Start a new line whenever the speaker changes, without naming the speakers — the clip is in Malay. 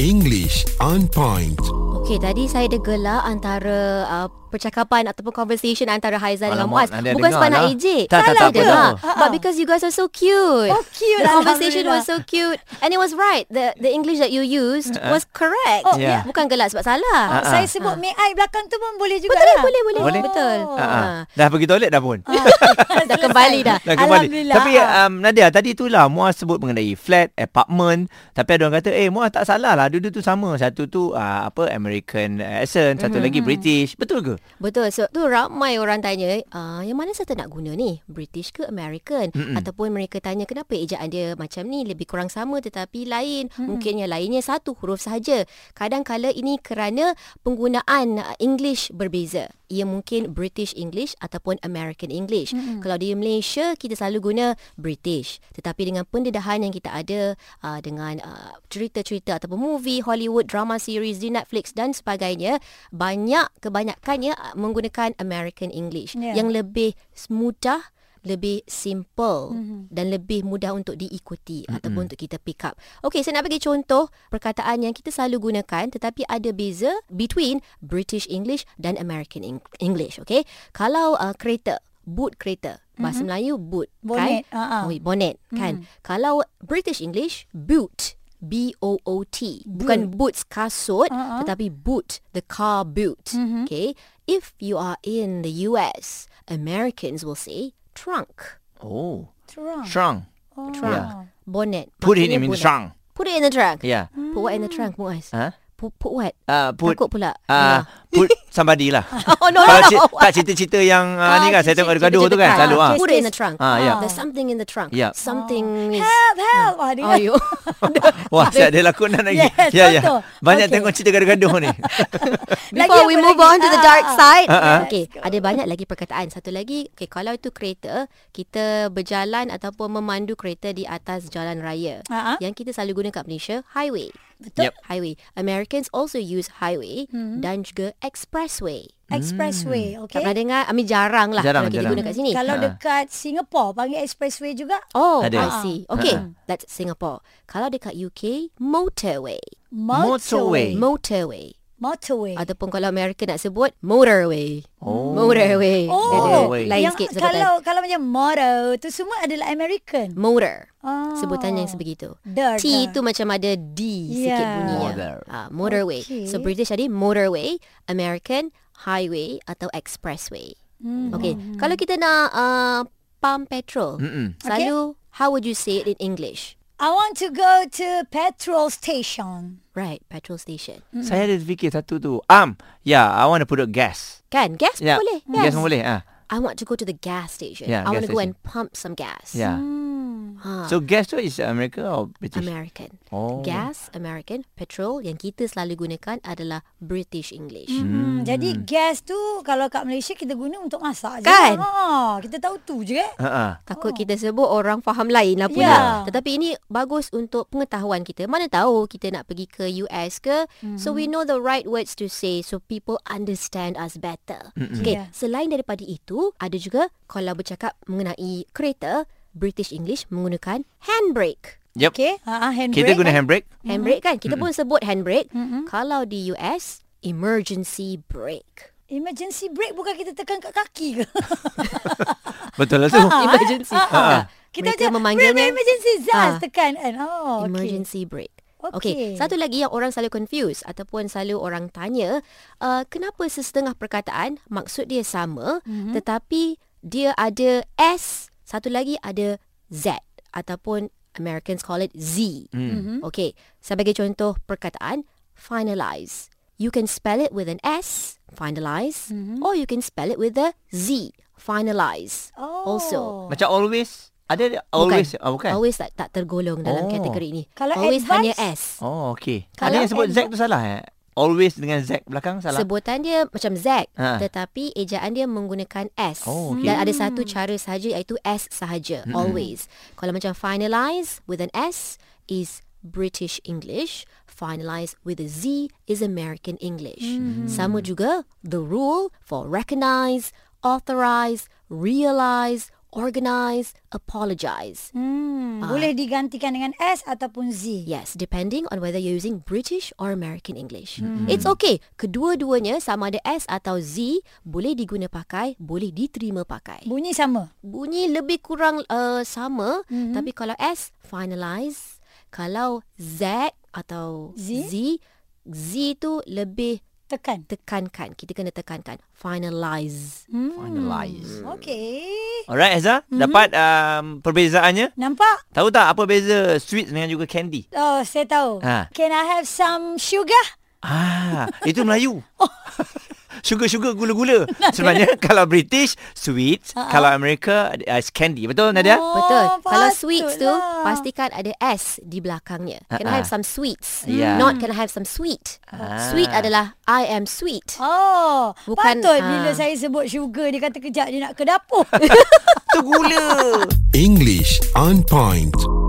English on point.
Okey, tadi saya degela antara uh, percakapan ataupun conversation antara Haizan dengan Muaz.
Alamak, ada
Bukan
dengar
sebab nak
lah.
ejek.
Tak, tak,
Salah
tak apa,
je.
tak apa.
But because you guys are so cute.
Oh, cute.
The conversation was so
Alhamdulillah.
cute. And it was right. The the English that you used was correct.
Oh,
Yeah. yeah.
Bukan gelak sebab salah.
Ah, saya sebut make I belakang tu pun boleh juga
Betul, ya?
lah. Oh.
boleh, boleh,
Boleh?
Betul. Ha.
Ha, ha.
Ah.
Dah pergi toilet dah pun.
Dah kembali dah.
Dah kembali.
Ah. Alhamdulillah.
Tapi
Ah.
um, Nadia tadi itulah Muaz sebut mengenai flat, apartment. Tapi ada orang kata, eh Muaz tak salah lah. Duduk tu sama. Satu tu uh, apa American accent. Satu lagi British. Betul ke?
Betul. So tu ramai orang tanya, ah yang mana serta nak guna ni? British ke American? Mm-mm. Ataupun mereka tanya kenapa ejaan dia macam ni lebih kurang sama tetapi lain. Mm-mm. Mungkin yang lainnya satu huruf sahaja. Kadang kala ini kerana penggunaan ah, English berbeza. Ia mungkin British English ataupun American English. Mm-mm. Kalau di Malaysia kita selalu guna British. Tetapi dengan pendedahan yang kita ada ah, dengan ah, cerita-cerita ataupun movie, Hollywood drama series di Netflix dan sebagainya, banyak kebanyakannya ah, menggunakan American English
Ya.
yeah. yang lebih mudah lebih simple mm-hmm. dan lebih mudah untuk diikuti mm-hmm. ataupun untuk kita pick up. Okey, saya nak bagi contoh perkataan yang kita selalu gunakan tetapi ada beza between British English dan American Eng- English, okey? Kalau uh, kereta, boot kereta, bahasa mm-hmm. Melayu boot,
Bonnet,
kan?
ha, ha.
Oh, bonnet, kan? Kalau British English, boot. B-O-O-T. Bukan boots kasut uh-huh. tetapi boot, the car boot. Mm-hmm. Okay. If you are in the US, Americans will say trunk.
Oh.
Terang.
Strong.
Trunk.
Yeah.
Bonnet.
Ya. Put it
Maksudnya
in the
bonnet.
strong.
Put lah. it in the trunk.
Yeah.
Put what in the trunk, Muaz?
Huh?
Put, put what?
Uh, put
Takut pula.
uh, put somebody lah.
oh, no, no,
Kalau
no.
ci- tak cerita-cerita yang uh, ni kan saya tengok gaduh tu kan selalu ah.
Put it in the trunk.
Ah, yeah.
There's something in the trunk.
Yeah.
Something is...
Help, help. Ah, dia.
Oh, you.
Wah, saya ada lakonan lagi.
Yes,
ya, ya.
betul.
Banyak
Okay.
tengok cerita gaduh-gaduh ni.
Before
Lagi
we
apa
move
lagi?
on to the
Ah,
dark
ah, ah.
side.
Ah, ah.
Okay, ada banyak lagi perkataan. Satu lagi, okay, kalau itu kereta, kita berjalan ataupun memandu kereta di atas jalan raya.
Ah, ah.
Yang kita selalu guna kat Malaysia, highway.
Betul. Yep.
Highway. Americans also use highway dan juga expressway.
Expressway,
Tak pernah
Hmm. okay?
dengar, I mean jarang lah
Jarang,
kalau kita
jarang.
guna kat sini.
Kalau
Ah.
dekat Singapore, panggil expressway juga.
Oh,
Ada.
I see. Okay,
Ah.
that's Singapore. Kalau dekat UK, motorway.
Motorway.
Motorway.
Motorway.
Ataupun kalau Amerika nak sebut, motorway.
Oh.
Motorway.
Oh,
Motorway.
Lain
yang
sikit sebutan.
kalau kalau macam motor tu semua adalah American.
motor.
Ah.
Hmm. Sebutan yang sebegitu.
Dah,
T
dah.
itu macam ada D sikit
Yeah.
bunyinya.
Motor.
Ah, motorway.
Ya. Okay.
So British tadi motorway, American highway atau expressway.
Hmm.
Okay. Kalau kita nak uh, pump petrol,
Mm-mm.
selalu how would you say it in English?
I want to go to petrol station.
Right, petrol station.
Saya ada fikir satu tu. Um, yeah, I want to put a gas.
Kan? Gas pun
Yeah.
boleh.
Ya. Gas pun boleh. Ah.
I want to go to the gas station.
Yeah,
I want
gas
to go
station.
and pump some gas.
Yeah.
Ha.
ya. So gas tu is America or British?
American.
Oh.
Gas, American, petrol yang kita selalu gunakan adalah British English.
Hmm. Jadi gas tu kalau kat Malaysia kita guna untuk masak
Kan?
je. Ha, kita tahu tu je eh.
Ha ah.
Takut kita sebut orang faham lain lah pula.
Ya.
Tetapi ini bagus untuk pengetahuan kita. Mana tahu kita nak pergi ke US ke. So
Hmm.
we know the right words to say so people understand us better. Okay,
Ya.
selain daripada itu, ada juga kalau bercakap mengenai kereta, British English menggunakan handbrake.
Yep.
Okey. Ha, ha, handbrake.
Kita
eh?
guna handbrake.
Hmm.
Handbrake kan? Kita pun sebut handbrake. Kalau di US, emergency brake.
Emergency brake bukan kita tekan kat kaki ke?
Betul lah tu.
Emergency. Ah.
Ha. Kita
Mereka
macam,
memanggilnya-
brake, brake, emergency zas
Ah.
tekan kan. Oh, okey.
emergency break.
Okey.
Okay. okay, satu lagi yang orang selalu confuse ataupun selalu orang tanya, uh, kenapa sesetengah perkataan maksud dia sama
Mhm.
mm-hmm. tetapi dia ada S, satu lagi ada Z ataupun Americans call it Z.
Mhm.
Mm-hmm. Okay, sebagai contoh perkataan finalize. You can spell it with an S, finalize,
Mhm.
mm-hmm. or you can spell it with a Z, finalize.
Oh.
Also,
Macam always. Ada ada always. Ah, bukan.
Always tak, tak tergolong dalam
Oh.
kategori ini.
Kalau
always
advance-
hanya S.
Oh, okay.
Kalau
Ada yang sebut
and-
Zack tu salah eh? Always dengan Zack belakang salah.
Sebutan dia macam Zack
lah. Ha.
tetapi ejaan dia menggunakan S.
Oh, okey.
Dan ada satu cara sahaja iaitu S sahaja always. Kalau macam finalize with an S is British English, finalize with a Z is American English.
Mm-hmm.
Sama juga the rule for recognize, authorize, realize organize, apologize.
Hmm,
Ah.
boleh digantikan dengan S ataupun Z.
Yes, depending on whether you're using British or American English. It's okay. Kedua-duanya sama ada S atau Z boleh diguna pakai, boleh diterima pakai.
Bunyi sama.
Bunyi lebih kurang uh, sama mm-hmm. tapi kalau S finalize, kalau Z atau
Z?
Z Z tu lebih
Tekan.
tekankan. Kita kena tekankan finalize.
Finalize.
Okey.
Alright
Hmm.
Ezra, mm-hmm. dapat um, perbezaannya?
Nampak?
Tahu tak apa beza sweet dengan juga candy?
Oh, saya tahu.
Ah.
Can I have some sugar?
Ah, itu Melayu. Sugar-sugar gula-gula. Sebenarnya kalau British sweet, uh-huh. kalau Amerika uh, is candy. Betul Nadia?
Oh,
Betul. Kalau
patutlah.
sweets tu pastikan ada S di belakangnya. Can
Ah, ah.
I have some sweets?
Ya.
Not can I have some sweet. Sweet
Ah.
adalah I am sweet.
Oh, Bukan,
Bukan,
patut
ah.
bila saya sebut sugar dia kata kejap dia nak ke dapur.
Itu gula.
English on point.